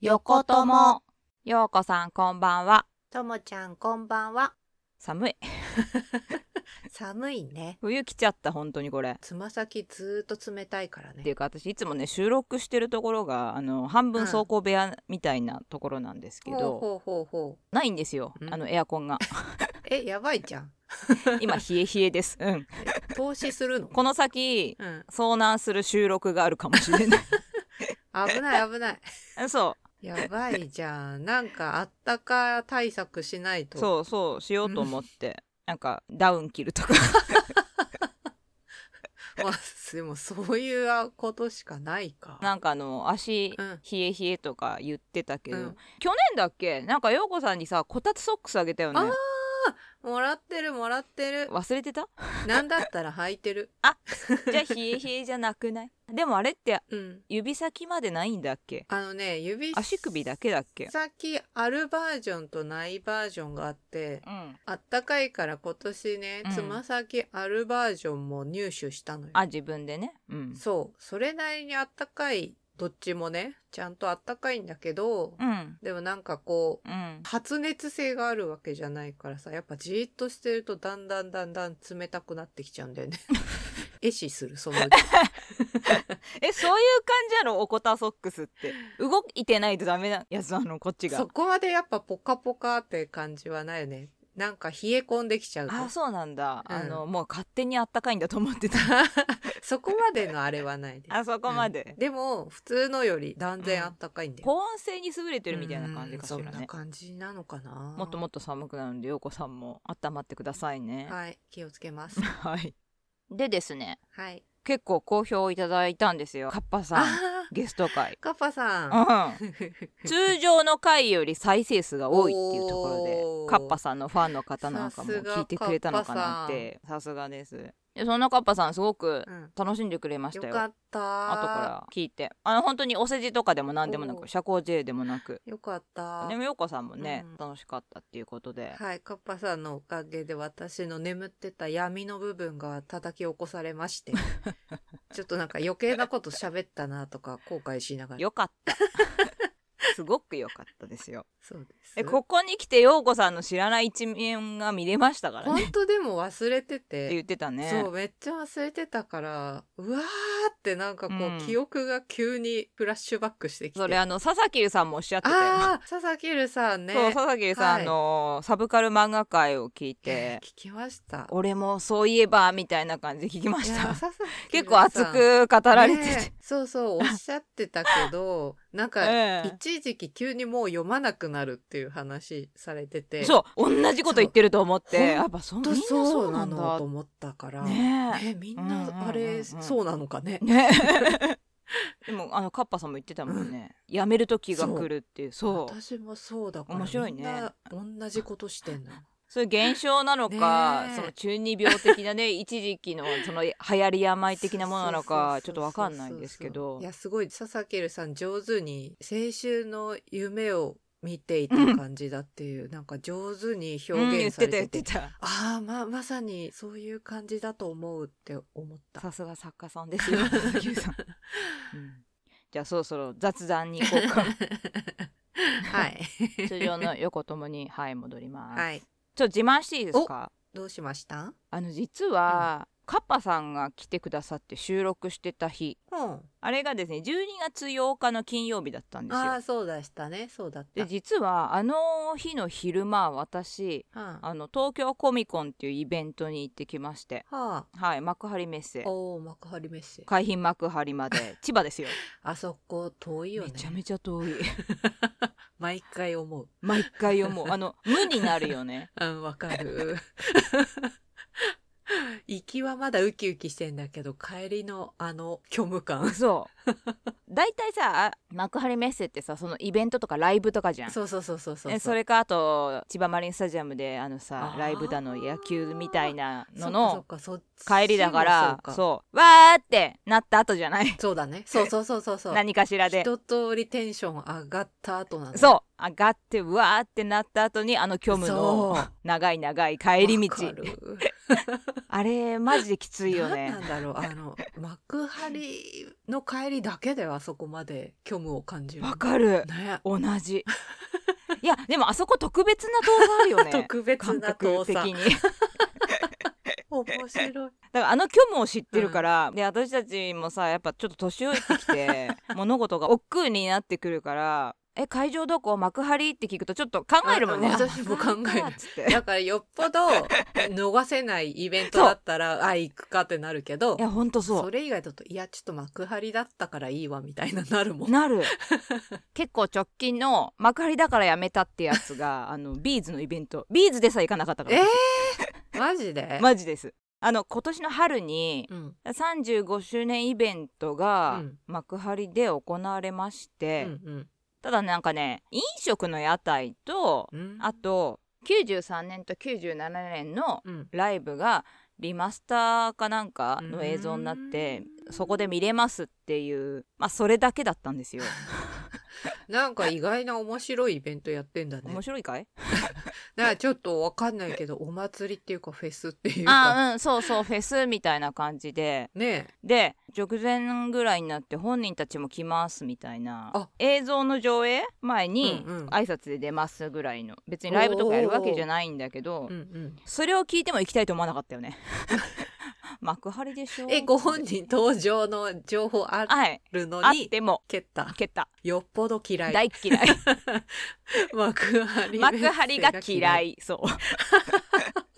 横友ようこさんこんばんは。ともちゃんこんばんは寒い。寒いね冬来ちゃった本当にこれ。つま先ずーっと冷たいからっていねうか私いつもね収録してるところがあの半うん分走行部屋みたいなところなんですけほうど、ほうほうほうないんですようんあのエアコンがえやばいじゃん今冷え冷えです、うん、投資する のこの先うん遭難する収録があるかもし れない危ない危ないそやばいじゃんなんかあったか対策しないうとそうそうしようと思ってなんかダウン着るとか まあでもそういうことしかないかなんかあの足うん冷え冷えとか言ってたけど、うん去年だっけなんか陽子さんにさこたつソックスあげたよねあもらってるもらってる忘れてたなんだったら履いてる じゃあ冷え冷えじゃなくないでもあれってうん指先までないんだっけあのね指足首だけだっけ先あるバージョンとないバージョンがあってうんあったかいから今年ねうんつま先あるバージョンも入手したのよ、あ自分でねうんそうそれなりにあったかいどっちもねちゃんとあったかいんだけど、うんでもなんかこううん発熱性があるわけじゃないからさやっぱじーっとしてるとだんだんだんだん冷たくなってきちゃうんだよ ね壊死するそのうちえそういう感じやろおこたソックスって動いてないとダメなやつなのこっち がそこまでやっぱポカポカって感じはないよねなんか冷え込んできちゃうとあそうなんだ、うんあのもう勝手にあったかいんだと思ってたそこまでのあれはないです。 あそこまで、でも普通のより断然あったかいんだよ。保温性に優れてるみたいな感じかしうんらそんなね感じなのかな。もっともっと寒くなるんで陽子さんも温まってくださいねはい、気をつけます。 はいでですねはい。 結構好評いただいたんですよカッパさんあゲスト会ー、カッパさ。うんん 通常の回より再生数が多いっていうところでおーカッパさんのファンの方なんかも聞いてくれたのかなってさすがですでそんなカッパさんすごくうん楽しんでくれましたよよかった後から聞いてあの本当にお世辞とかでも何でもなおーく社交辞令でもなくよかったでも陽子さんもね、うん楽しかったっていうことで、はいカッパさんのおかげで私の眠ってた闇の部分が叩き起こされまして ちょっとなんか余計なこと喋ったなとか後悔しながらよかった すごく良かったですよそうですえここに来て陽子さんの知らない一面が見れましたからねっ本当でも忘れててて言ってたねそうめっちゃ忘れてたからうわーってなんかこう、うん記憶が急にフラッシュバックしてきてそれあの佐々木さんもおっしゃってたよあー佐々木るさんねそう佐々木さん、はいあのサブカル漫画界を聞い聞てきました俺もそういえばみたいな感じで聞きまいし やた佐々木結構熱く語られてて、ねえそうそうおっしゃってたけ どなんかええ一時期急にもう読まなくなるっていう話されててそう同じこと言ってると思っそうてやっぱそん本みん当なそそううななんのだと思ったから、ねえみんうんうんうんうなんあれそうなのかねえねえ でもあのカッパさんも言ってたもんね、やめる時が来るっていうそうそう私もそうだから面白いねみんな同じことしてんのいう現象なのかねえその中二病的なね 一時期のその流行り病的なものなのかちょっとわかんないんですけそうそうそうそうどいやすごい佐々木さん上手に青春の夢を見ていた感じだっていう、なんか上手にうん表言っ現さてれたて,、言っててたああままさにそういう感じだと思うって思ったさすが作家さんですよゆ う さん、うんじゃあそろそろ雑談に行こ うかはい通常の横友にはい戻ります、はいちょっと自慢していいですかどうしましたあの実は、カッパさんが来てくださって収録してた日うんあれがですね12月8日の金曜日だったんですああよそうでしたねそうだっでた実はあの日の昼間私うんはあの東京コミコンっていうイベントに行ってきましてあはい幕張メッセおお幕張メッセ海浜幕張まで千葉ですよあそこ遠いよねめちゃめちゃ遠い毎回思う毎回思うあの無になるよねうん、わかる。行きはまだウキウキしてんだけど、帰りのあの虚無感。 そう大体さあ幕張メッセってさそのイベントとかライブとかじゃんそうそうそうそうそう。えそれかあと千葉マリンスタジアムであのあさーライブだの野球みたいなそのっかそっかそのっちも帰りだからそうかそうわーってなった後じゃないそうだね。そうそうそうそうそう。何かしらで一通りテンション上がった後なの。う。そう上がってうわーってなった後にあの虚無のそう長い長い帰り道わかるあれマジできついよね何なんだろうあの幕張の帰りだけではあそこまで虚無を感じるわかるね同じ いやでもあそこ特別な動画あるよ ね特別感な覚動的作に面白いだからあの虚無を知ってるから、で私たちもさやっぱちょっと年老いて きて物事が億劫になってくるからえ会場どこ幕張って聞くとちょっと考えるもんねああ私も考える幕張かっつってだからよっぽ ど逃せないイベントだったらあ行くかってなるけどいやほんとそうそれ以外だといやちょっと幕張だったからいいわみたいななるもん なる結構直近の幕張だからやめたってやつがあのビーズのイベントビーズでさえ行かなかったからえー、マジで、マジですあの今年の春にうん35周年イベントうがん幕張で行われましうて、んただなんかね飲食の屋台とうんうんあと93年と97年のうんライブがリマスターかなんかの映像になってそこで見れますっていうまあそれだけだった んですよなんか意外な面白いイベントやってんだね面白いかいだからちょっとわかんないけどお祭りっていうかフェスっていうかあうんそうそうフェスみたいな感じでねで直前ぐらいになって本人たちも来ますみたいなあ映像の上映前にうんうん挨拶で出ますぐらいの別にライブとかやるわけじゃないんだけえ、どうんうん、それを聞いても行きたいと思わなかったよ ね幕張でしょえご本人登場の情報あはいるのあっにても蹴った蹴ったよっぽど嫌い大っ嫌 い幕張幕張が嫌い いそう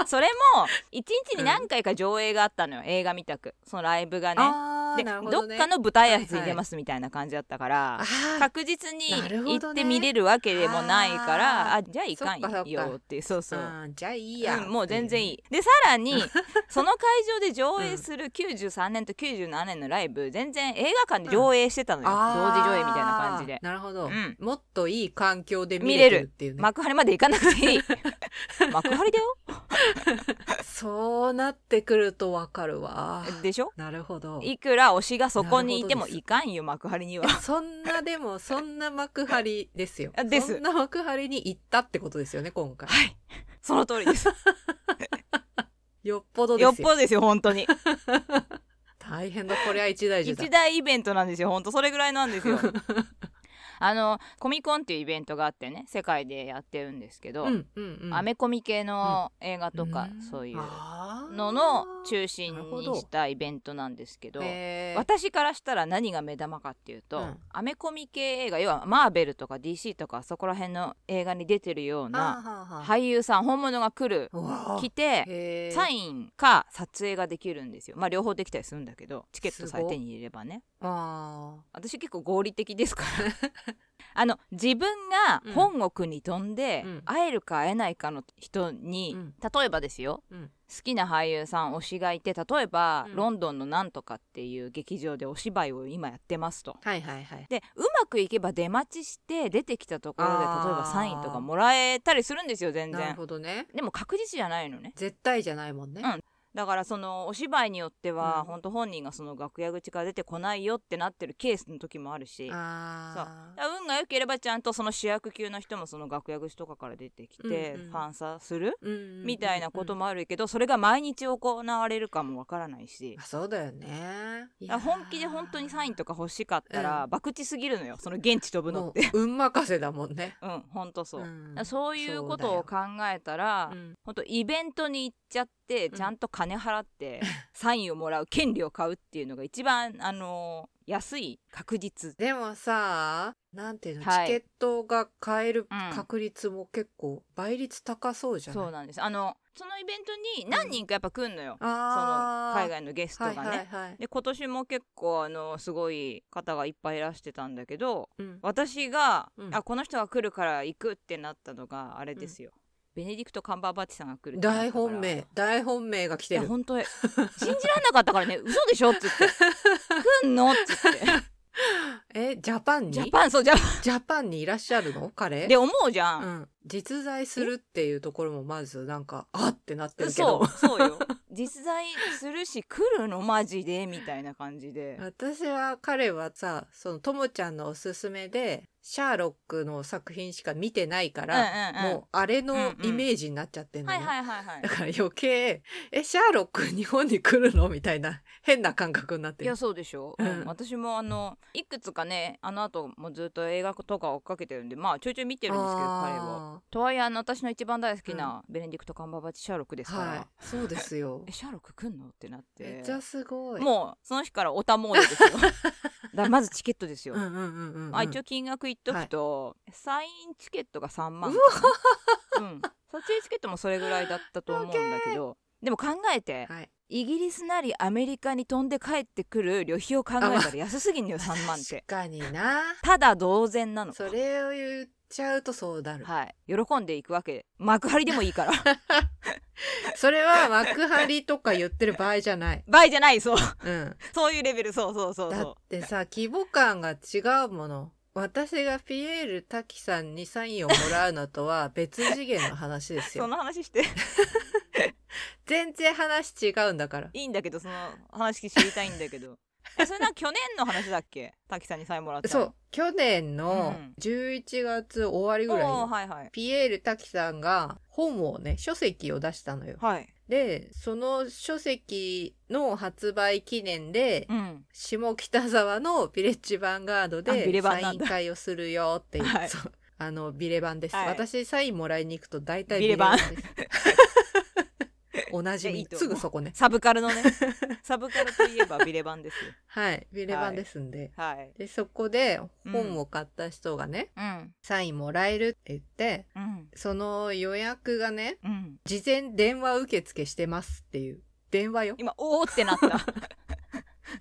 それも一日に何回か上映があったのよ映画見たくそのライブがねあでーなるほど、どね、っかの舞台挨拶に出ますみたいな感じだったから、あー確実になるほ行どっねて見れるわけでもないから、ああじゃあいかんそっかそっかよっていうそうそう。あーじゃあいいや、うんもう全然いいい、でさ らにその会場で上映する93年と97年のライブ全然映画館で上映してたのよ、同時上映みたいな感じでなるほど、うんもっといい環境で見見れれるるっていうね、幕張まで行かなくて いい幕張だよそうなってくるとわかるわでしょなるほどいくら推しがそこにいてなもるほどいかんよ幕 張にはそんなでもそんな幕張ですよ あですそんな幕張に行ったってことですよね今回はいその通りですよっぽどですよよっぽどですよ本当に大変だこれは一大事だ一大イベントなんですよほんとそれぐらいな んですよあのコミコンっていうイベントがあってね世界でやってるんですけど、うんうんうんアメコミ系の映画とか、んそういうあーのの中心なるほにどしたイベントなんですけどへー私からしたら何が目玉かっていうと、うんアメコミ系映画要はマーベルとか DC とかそこら辺の映画に出てるようなあーは俳優さん本物が来るーはー来てへーサインか撮影ができるんですよまあ両方できたりするんだけどチケットすさごえっ手に入れればねあ私結構合理的ですから あの自分が本国に飛んで、うん会えるか会えないかの人に、うん例えばですよーうん好きな俳優さん推しがいて例えば、うんロンドンのなんとかっていう劇場でお芝居を今やってますと。はいはいはいでうまくいけば出待ちして出てきたところで例えあーばサインとかもらえたりするんですよ全なる然ほどねでも確実じゃないのね絶対じゃないもんね、うんだからそのお芝居によっては、うん本当本人がその楽屋口から出てこないよってなってるケースの時もあるしあだから運が良ければちゃんとその主役級の人もその楽屋口とかから出てきて、うんうんファンサする、うんうんうんみたいなこともあるけどそれが毎日行われるかもわからないしあ。そうだよねいだから本気で本当にサインとか欲しかったら、う博打すぎるのよその現地飛ぶのって。もう運任せだもんね うんほんとそう、だんからそういうことを考えたら、うんほんとイベントに行っちゃってんちゃんと金 払って、サインをもらう権利を買うっていうのが一番あのー安い確実でもさなんていうの、はいチケットが買えるうん確率も結構倍率高そうじゃない、そうなんですあのそのイベントに何人かやっぱ来んのよ、そあのー海外のゲストがね。はいはいはいで今年も結構あのすごい方がいっぱいいらしてたんだけどうん私が、うんあこの人が来るから行くってなったのがあれですよ、ベネディクト・カンバーバッチさんが来るってなったから大本命大本命が来いてやる本当に信じられなかったか らね嘘でしょっつって来んのっつってえジャパンにジャパンそうジャパジャパンにいらっしゃるのン彼で思うじゃん、うん実在するっていうところもまずなんかあってなってるけそどうそう よ実在するし来るのマジでみたいな感じで私は彼はさそのともちゃんのおすすめでシャーロックの作品しか見てないから、うんうんうんもうあれうんのうんイメージになっちゃってんのはね、いはいはいはいだから余計えシャーロック日本に来るのみたいな変な感覚になっているやそうでしょ、うんうん私もあのいくつかねあの後もずっと映画とか追っかけてるんでまあちょいちょい見てるんですけど彼は。あとはいえあの私の一番大好きなベネディクト・カンバーバッチシャーロックですーから、はいそうですよえシャーロック来んのってなっ てめっちゃすごいもうその日からオタモード ですよだからまずチケットですよ、うんうんうんうんうんあ一応金額言っとくと、サインチケットが3万かなうん撮影チケットもそれぐらいだったと思うんだ けどでも考えて、はいイギリスなりアメリカに飛んで帰ってくる旅費を考えあまたら安すぎ んのよ3万って確かになただ同然なのそれを言っちゃうとそうなる、はい喜んでいくわけ幕張でもいいから それは幕張とか言ってる場合じゃない、倍じゃないそう うん、そういうレベルそうそうそうだそうってさ規模感が違うもの私がピエール滝さんにサインをもらうのとは別次元の話ですそよの話して 全然話違うんだからいいんだけどその話知りたいんだけどえそれなんか去年の話だっけ滝さんにサインもらったそう去年のうん11月終わりおぐらいに、ーはいはいピエール滝さんが本をね書籍を出したのよはいでその書籍の発売記念で、うん下北沢のビレッジヴァンガードあでビレサバンなイんンだ会をするよっていう、はいそうあのビレバンです、はい私サインもらいに行くと大体ビビレレババンンです おなじいやいいみと思すうぐそこねサブカル のねサブカルといえばビレバンですよはいビレバンですんで、はいでそこで本を買った人がね、うんサインもらえるって言ってうんその予約がねうん事前電話受付してますっていう電話よ今おおってなった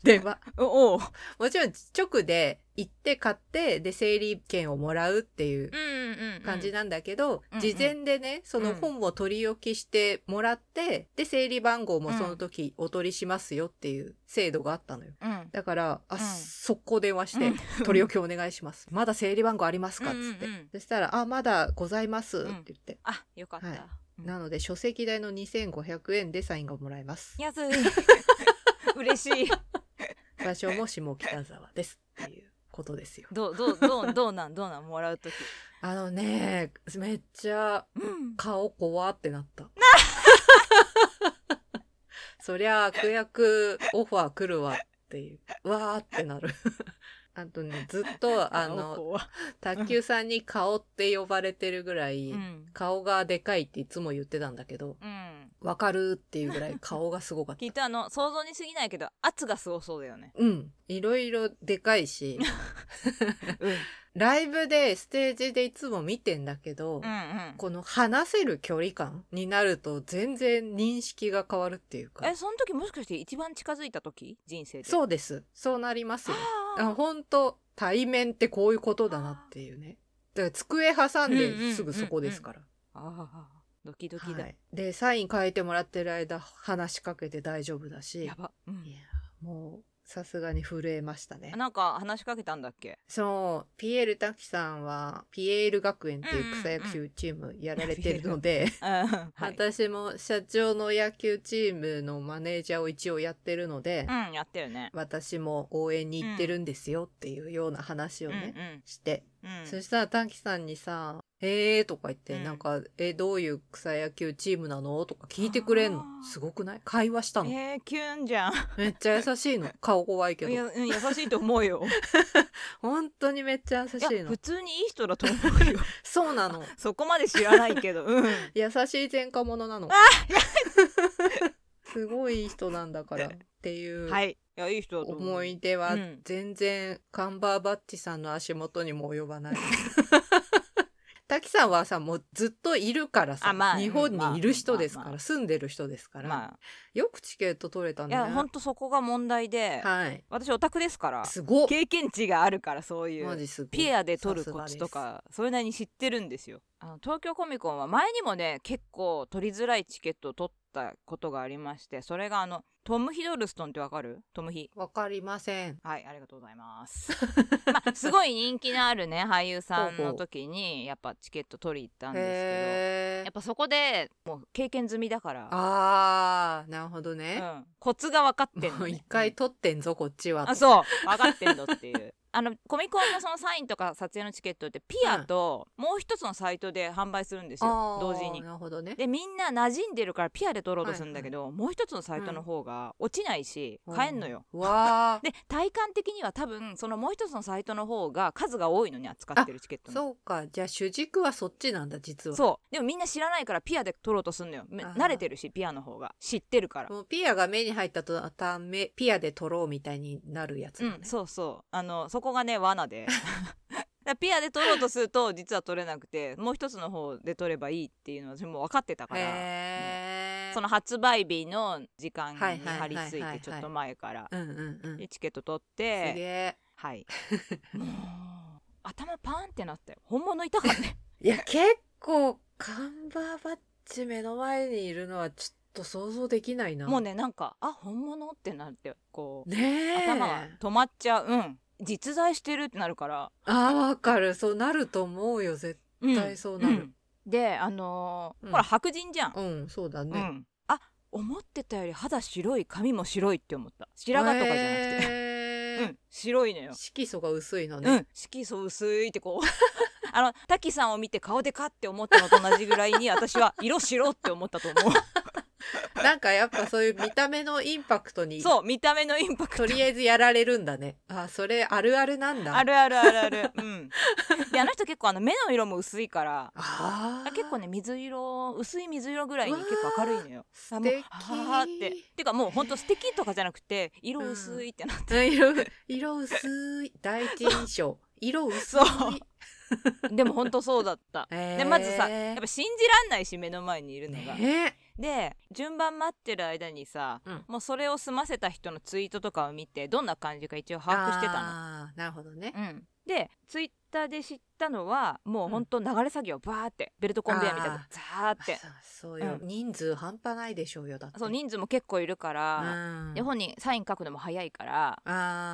電話 おおーもちろん直で行って買ってで整理券をもらうっていううんうんうん感じなんだけど、うん事前でねその本を取り置きしてもらって、で整理番号もその時お取りしますよっていう制度があったのようんだからあ、ん速攻電話して、うん取り置きお願いし ますまだ整理番号ありますか?」っつって、うんうんうんそしたら「あまだございます」って言って、あよかった、はいなので書籍代の2500円でサインがもらえます安 い嬉しい場所も下北沢ですっていうことですよどうどうどうどうなんどうなんもらうときあのねめっちゃうん顔怖ってなった。 そりゃ悪役オファー来るわっていう。わーってなる。 あとね、ずっ とあの、怖卓球さんに顔って呼ばれてるぐらい、うん顔がでかいっていつも言ってたんだけど、うんわかるっていうぐらい顔がすごかっ。きったとあの想像に過ぎないけど圧がすごそうだよねうん。いろいろでかい し、うんライブでステージでいつも見てんだけど、うんこの話せる距離感になると全然認識が変わるっていうか。えその時もしかして一番近づいた時人生でうそうです。そうなりますよ。ああ本当対面ってこういうことだなっていうね。だから机挟んですぐそこですから。ああドキドキだ、はいでサイン書いてもらってる間話しかけて大丈夫だしやば、うんいやもうさすがに震えましたね。なんか話しかけたんだっけそうピエール滝さんはピエール学園っていう草野球チームやられてるので。うん はい、私も社長の野球チームのマネージャーを一応やってるので、うんやってるね私も応援に行ってるんですよっていうような話うをんね、うんして、うんそしたら短期さんにさ「えー」とか言って、うんなんか「えどういう草野球チームなの?」とか聞いてくれんのあーすごくない会話したのえー、キュンじゃんめっちゃ優し いの顔怖いけいや、どうん、優しいと思うよ本当にめっちゃ優しいやいの普通にいい人だと思 うよそうなのそこまで知らないけ どうん優しい前科者なの すごいいい人なんだからっていうはいいやいい人だと思う思い出はうん全然カンバーバッチさんの足元にも及ば ない。滝さんはさもうずっといるからさ、あまあ日本にいる人ですから、まあまあまあ住んでる人ですから、まよくチケット取れたあんいだやね。ほんとそこが問題で、はい。私オタクですからすごっ経験値があるからそういマうジすごいピアで撮るさすコがツとかそれなりに知ってるんですよあの東京コミコンは前にもね結構取りづらいチケットを取ったことがありましてそれがあのトム・ヒドルストンってわかるトム・ヒ。わかりません。はい、ありがとうございます。 まあ、すごい人気のあるね、俳優さんの時に、やっぱチケット取り行ったんですけへど、えやっ。ぱそこでもう経験済みだから、あー、なるほどうね。ん、コツが分かってんの、もう ね。一回撮ってんぞ、こっちは。あそう分かってんのっていう あのコミコンのそのサインとか撮影のチケットってピアともう一つのサイトで販売するんですよあー同時になるほどね。でみんな馴染んでるからピアで撮ろうとするんだけど、もう一つのサイトの方が落ちないし、買えんのようわー。で体感的には多分そのもう一つのサイトの方が数が多いのに扱ってるチケットのそうか。じゃあ主軸はそっちなんだ、実は。そうでもみんな知らないからピアで撮ろうとするのよめあー慣れてるしピアの方が知ってるからもうピアが目に入ったとまた目ピアで撮ろうみたいになるやつだねうん、そうそうあのそこがね罠 でだからピアで取ろうとすると実は取れなくてもう一つの方で取ればいいっていうのは私もう分かってたからへえ、その発売日の時間にはいはい張り付いはいはいてちょっと前からうんうんうんすでチケット取っげてえはいもう頭パーンってなったよ本物いたから ねいや結構カンバーバッチ目の前にいるのはちょっと想像できないなもうねなんかあ本物ってなってこうねえ頭が止まっちゃううん実在してるってなるからあーわかるそうなると思うよ絶絶対そうなるであのーうんほら白人じゃん対うんそうだうね、ん、あ思ってたより肌白い髪も白いって思った白髪とかじゃなくて、へうーん、白いのよ、色素が薄いのうね、ん、色素薄いってこう あの滝さんを見て顔でかって思ったのと同じぐらいに私は色白って思ったと思なんかやっぱそういう見た目のインパクトう にそう見た目のインパとクトりあえずやられるんだねあそれあるあるなんだあるあるあるある うんであの人結構あの目の色も薄いからあー結構ね水色薄い水色ぐらいに結構明るいのよ素あもう敵はーっててかもうほんと素敵とかじゃなくて色薄いってなって、色色薄い第一 印象色薄いそう でもほんとそうだったえでまずさややっぱ信じらんないし目の前にいるのが。ねで順番待ってる間にさ、うんもうそれを済ませた人のツイートとかを見てどんな感じか一応あ把握してたあーなるほどねの。うん、でツイッターで知ったのはもうほんと流れ作業バーってベルトコンベヤーみたいなあザーってそうそうよ、う人数半端ないでしょうよだってそう人数も結構いるかうら、んで本にサイン書くのも早いからあ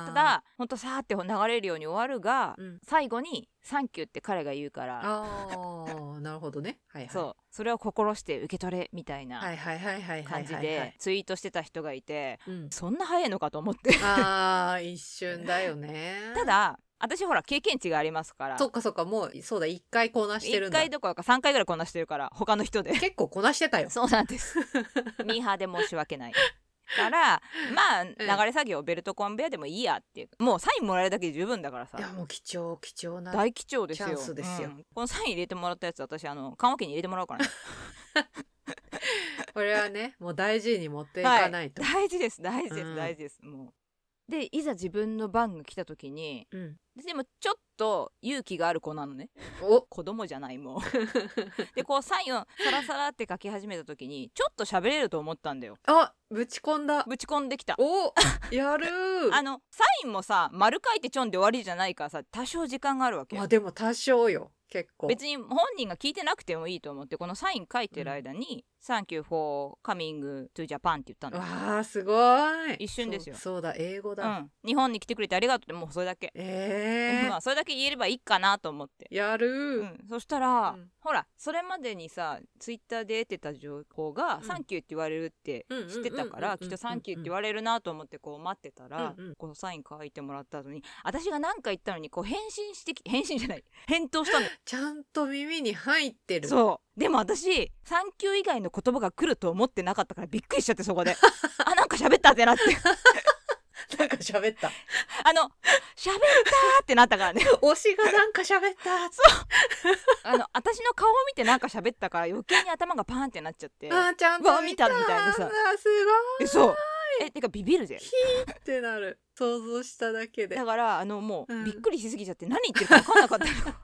たーだほんとさーって流れるように終わるが、うん最後に「サンキュー」って彼が言うからあーなるほどねはいはいそうそれを心して受け取れみたいはないはいはいはいはい感じはいでツイートしてた人がいて。うん、そんな早いのかと思ってあー一瞬だよねただ私ほら経験値がありますからそっかそっかもうそうだ一回こなしてる1んだ回どころか3回ぐらいこんなしてるから他の人で結構こなしてたよそうなんです ミーハーで申し訳ないからまあ流れ作業ベルトコンベヤでもいいやっていうもうサインもらえるだけで十分だからさいやもう貴重貴重な大貴重ですよチャンスですようんこのサイン入れてもらったやつ私あの缶桶に入れてもらおうからねこれはねもう大事に持っていかないと、大事です大事でうすん大事です、もうでいざ自分の番が来た時にうん、でもちょっと勇気がある子なのねお子供じゃな いもうでこうサインをサラサラって書き始めた時にちょっと喋れると思ったんだよあぶち込んだぶち込んできたおやるーあのサインもさ丸書いてちょんで終わりじゃないからさ多少時間があるわけまあでも多少よ結構別に本人が聞いてなくてもいいと思ってこのサイン書いてる間に「Thank you for coming to Japan」って言ったんだよ、わあすごい一瞬ですよそうそうだ英語うだ、ん、日本に来てくれてありがとうってもうそれだけ、えまーあそれだけ言えればいいかなと思ってやるー、うん、そしたら、うんほらそれまでにさツイッターで得てた情報がん「サンキュー」って言われるってうん知ってたかうんうんうんうんうらんきっと「サンキュー」って言われるなと思ってこう待ってたら、うんうんこのサイン書いてもらった後に私が何か言ったのにこう返信してき 返信じゃない返 答したのちゃんと耳に入ってるそうでも私「サンキュー」以外の言葉が来ると思ってなかったからびっくりしちゃってそこで あなんか喋ったってなって なんか喋ったあの喋ったーってなっ たからね推しがなんか喋ったあの私の顔を見てなんか喋ったから余計に頭がパーンってなっちゃってあーちゃんうわと見見たたみたいなさあーすごえそうえてかビビるぜいってなる想像しただけでだからあのもう、うん びっくりしすぎちゃって何言ってるか分かんなかっ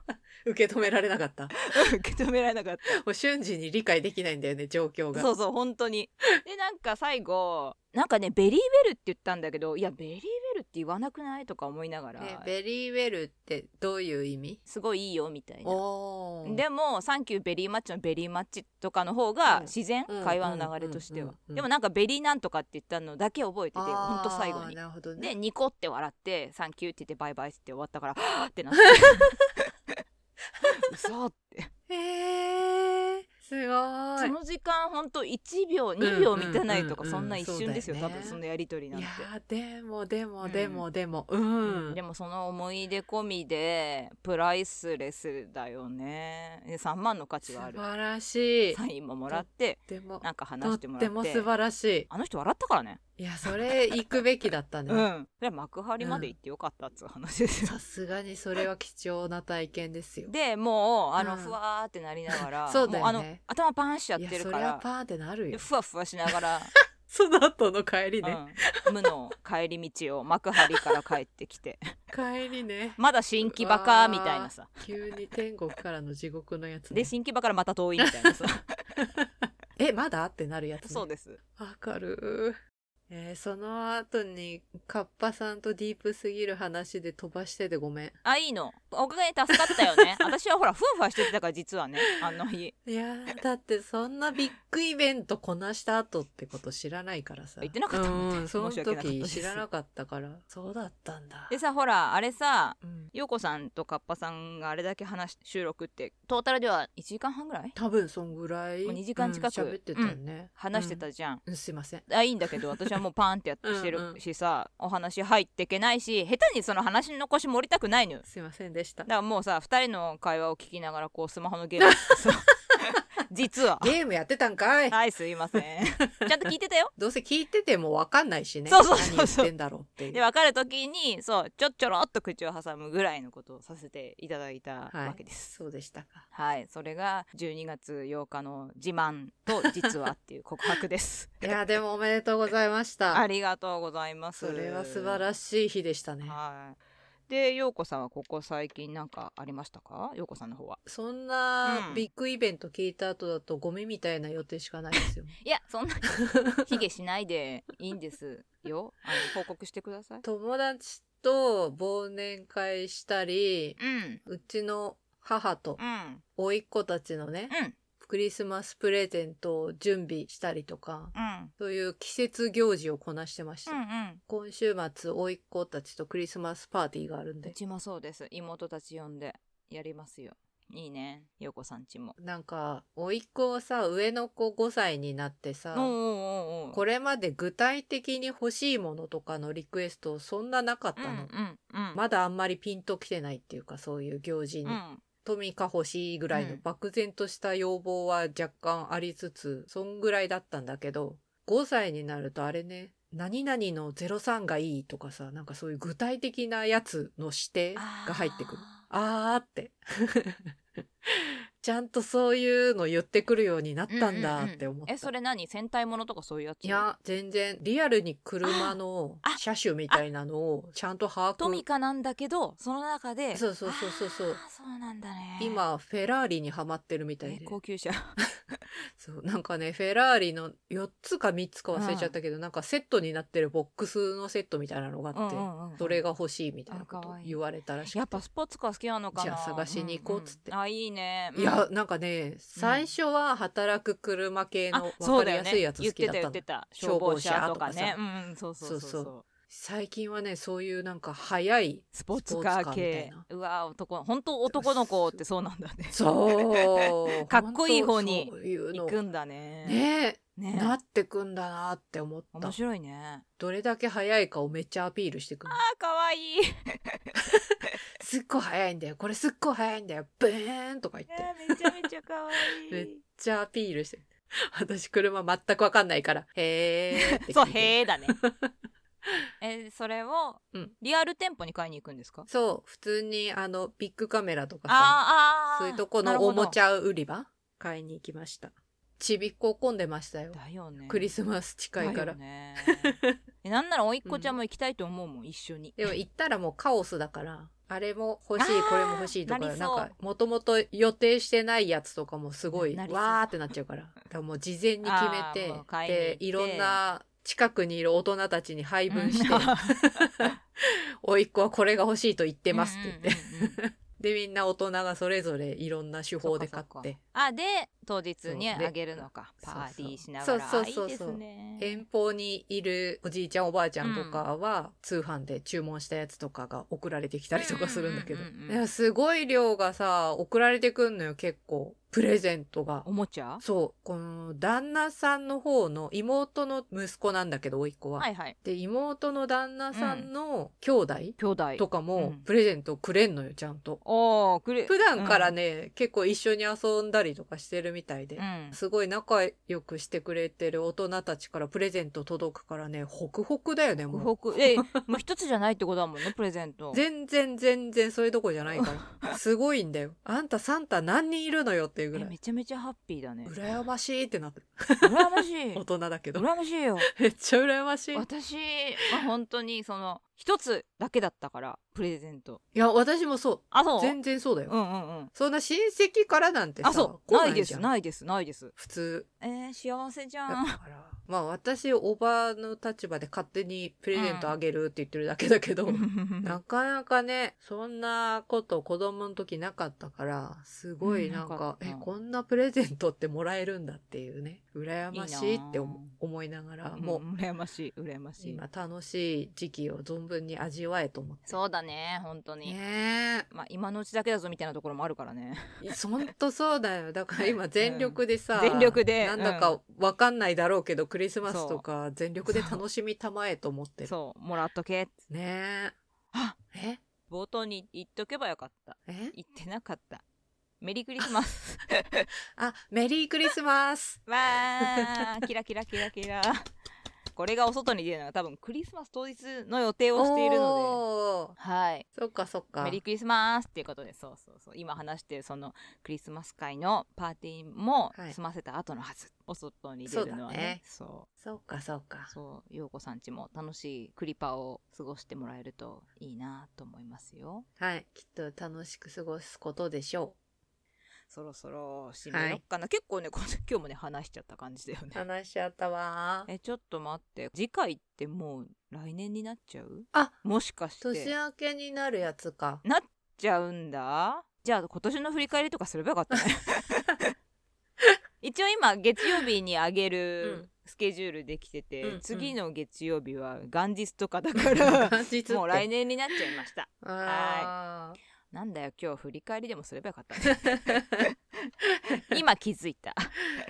た受受け止められなかった。も受け止められなかったう瞬時に理解できないんだよね、状況が。そうそう本当にでなんか最後なんかねベリーベルって言ったんだけどいやベリーベルって言わなくないとか思いながら、ね、ベリーウェルってどういう意味すごいいいよみたいなおーでも「サンキューベリーマッチ」のベリーマッチとかの方がうん自然、うん会話の流れとしてうは、んうんうんでもなんか「ベリーなんとか」って言ったのだけ覚えててあーほんと最後になるほどねでニコって笑って「サンキュー」って言って「バイバイ」って終わったから「はぁってなって 嘘ってへえすごそいの時間ほんと1秒んうん2秒満たないとか、うんうんそんな一瞬ですよそうだよね多分そのやり取りなんいてや。ーでもでもうんでもでもうん、でもその思い出込みでプライスレスだよねで3万の価値素はある晴らしいサインももらってでもなんか話とっしてもらてっもて素晴らしあの人笑ったからねいいやそれ行くべきだったね、うんそれは幕張まで行ってよかったっつう話ですよ、さすがにそれは貴重な体験ですよ でもうあの、うんふわーってなりなが らそうだよねもうあの頭パンしちゃっいやてるそかりゃらパーンってなるでよふわふわしな がら、その後の帰りね、うん無の帰り道を幕張から帰ってきて帰りねまだ新規バカみたいなさ急に天国からの地獄のやつ、ねで、新規バカからまた遠いみた いなさえまだってなるやつ、ね、そうですわかる。えーその後に、カッパさんとディープすぎる話で飛ばしててごめあいいのおかげで助かった よね私はほらふわふわしてたから実はねあの日ん。いやー、だってそんなビッグイベントこなした後ってこと知らないからさ。言ってなかったもんねうん、その申し訳なかった時です知らなかったから。そうだったんだ。でさほらあれさうん。陽子さんとカッパさんがあれだけ話し収録ってトータルでは1時間半ぐらい多分そんぐらい。もう二時間近くうん喋ってたよね。話してたうん。じゃん、うんすいません。あいいんだけど私はもうパーンってやっ うんうんしてるしさお話入ってけないし下手にその話の腰盛りたくないのよすいませんでしただか。らもうさ2人の会話を聞きながらこうスマホのゲームして さ実はゲームやってたんかい。 はいすいませんちゃんと聞いてたよどうせ聞いててもわかんないしね。そうそうそうそう何言ってんだろうっていう。で別れる時にそうちょっちょろっと口を挟むぐらいのことをさせていただいたはいわけです、そうでしたか。はい、それが12月8日の自慢と実はっていう告白です。いや、でもおめでとうございました。 ありがとうございます。それは素晴らしい日でしたね。はい。で、陽子さんはここ最近なんかありましたか？陽子さんの方は。そんなうんビッグイベント聞いた後だとゴミみたいな予定しかないですよ。いや、 そんな卑下しないでいいんですよ。あの報告してください。友達と忘年会したり、 うん。うちの母とうん。甥っ子たちのね、うん。クリスマスプレゼントを準備したりとか、うん。そういう季節行事をこなしてましうた。ん。今週末、甥っ子たちとクリスマスパーティーがあるんうで、ちもそうです。妹たち呼んでやりますよ。いいね。陽子さんちも。なんか、甥っ子はさ、上の子5歳になってさ、おうおうおうおう。これまで具体的に欲しいものとかのリクエストそんななかったうんうの、んうん。まだあんまりピンときてないっていうかそういう行事に、うん。富か欲しいぐらいのうん漠然とした要望は若干ありつつそんぐらいだったんだけど5歳になるとあれね何々の03がいいとかさなんかそういう具体的なやつの指定が入ってくるあーあーって ちゃんとそういうの言ってくるようになったんだって思った、えそれ何戦隊ものとかそういうやついや、全然、リアルに車のああ車種みたいなのをちゃんと把トミ握。カなんだけどその中でそうそうそうそうそうあーそうなんだね今、フェラーリにハマってるみたいえで。高級車そう、なんかね、フェラーリの4つか3つか忘れちゃったけど、なんかセットになってるボックスのセットみたいなのがあって、それがが欲しいみたいなこあかとわいい言われたらしくて。やっぱスポーツカー好きなのかなじゃあ探しに行こうっつってんんあいいねいや、なんかね、最初は働く車系の分かりやすいやつ好きだった言の。ってた言ってた消消防防車車とかねとかさうんうんそうそうそうそうそうそ最近はね、そういうなんか早い、スポーツスポーカー系ツカーみたいなうわ男本当男の子ってそうなん だねそう。かっこいい方に本当そういうの行くんだねねえ、ねなってくんだなって思った面白いねどれだけ早いかをめっちゃアピールしてくるあーかわいいすっごい早いんだよこれすっごい早いんだよブーンとか言ってめっめちゃめちゃかわめいっちゃアピールして 私車全くわかんないからへえって聞いて そうへえだね えそれをうんリアル店舗に買いに行くんですかそう普通にあのビッグカメラとかさあーあーそういうとこなるのほおどもちゃ売り場買いに行きましたちびっこ混んでましたよだよねクリスマス近いかだら、よねえなんなら甥っ子ちゃんも行きたいと思うもん一緒にでも行ったらもうカオスだからあれも欲しいあーこれも欲しいとかななりんそうかもともと予定してないやつとかもすごいなわなりそうーってなっちゃうからだからもう事前に決めてあーもう買いに行っでていろんな近くにいる大人たちに配分してうん 「甥っ子はこれが欲しいと言ってます」って言って、うんうんうんうんでみんな大人がそれぞれいろんな手法で買そっかそてかあで当日にそうであげるのかそうパそうーティーしながらそうそうそうそうあいいですね遠方にいるおじいちゃんおばあちゃんとかは通販で注文したやつとかが送られてきたりとかするんだけどうんうんうんうんうんいやすごい量がさ送られてくんのよ結構プレゼントがお。もちゃそうこの旦那さんの方の妹の息子なんだけど甥っ子は。はいはいで妹の旦那さんの兄弟兄弟とかもうんプレゼントくれんのよちゃんと。おーくれ普段からね、結構一緒に遊んだりとかしてるみたいでう。んすごい仲良くしてくれてる大人たちからプレゼント届くからね、ホクホクだよね、もう。北えもう一つじゃないってことだもんね プレゼント全然全然そういうとこじゃない から。すごいんだよ。あんたサンタ何人いるのよっていうぐえらめい。ちゃめちゃハッピーだね羨ましいってなってる。羨ましい 大人だけど。羨ましいよめっちゃ羨ましい。い私は本当にその一つだけだったからプレゼントや、私もそ。あそうう全然そうだよ。うんうんうんそんな親戚からなんてさ、あそう来ないでじすゃんないですないです普通。えー、幸せじだゃんから。まあ私、おばの立場で勝手にプレゼントあげるって言ってるだけだけど。なかなかね、そんなこと子供の時なかったから、すごいなんうんなかかっ、たえ、こんなプレゼントってもらえるんだっていうね、羨ましいって思いいな思いながら、ももううん 羨ましい羨ましい今楽しい時期を存分に味わえと思って。そうだね本当に、ねまあ今のうちだけだぞみたいなところもあるからねえ、ほんとそうだよ。だから今全力でさ、全力でなんだかわかんないだろうけど、クリスマスとか全力でそう楽しみたまえと思ってる。そうもらっとけってねあえ。え冒頭に言っとけばよかったえ言ってなかったメリークリスマス あ、メリークリスマスわーキラキラキラキラこれがお外に出るのは多分クリスマス当日の予定をしているのおーではいそっかそっか。メリークリスマスっていうことでそうそうそう今話してるそのクリスマス会のパーティーもはい済ませた後のはず、お外に出るのはねそうそうかそうか。そう、ようこさんちも楽しいクリパを過ごしてもらえるといいなと思いますよ。はい。きっと楽しく過ごすことでしょそろそろ締めよっかな。結構ね、この今日もね、話しちゃった感じだよう。ね。話しちゃったわー。え、ちょっと待って。次回ってもう来年になっちゃうあもしかし年て。なっ明けになるやつ か。ちゃうんだじゃあ今年の振り返りとかすればよかったね。 一応今月曜日にあげうるんスケジュールできてて、うんうん次の月曜日は元日とかだから 元日って。もう来年になっちゃいました。あーなんだよ今日振り返りでもすればよかったね今気づいた。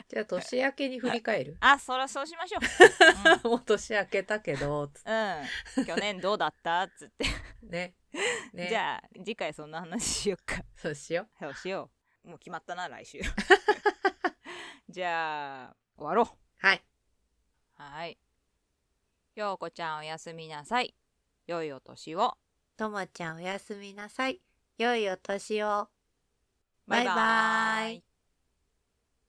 じゃあ年明けに振り返る あそらそうしましょもう年明けたけど、つう、うん、うん、去年どうだったっつって、ね。ね。じゃあ次回そんな話しようかそうしよそうしようもう決まったな来 週じゃあ終わろう。はい。うはいようこちゃんおやすみなさい良いお年をともちゃんおやすみなさい。良いお年を。ババイバイバーーイイ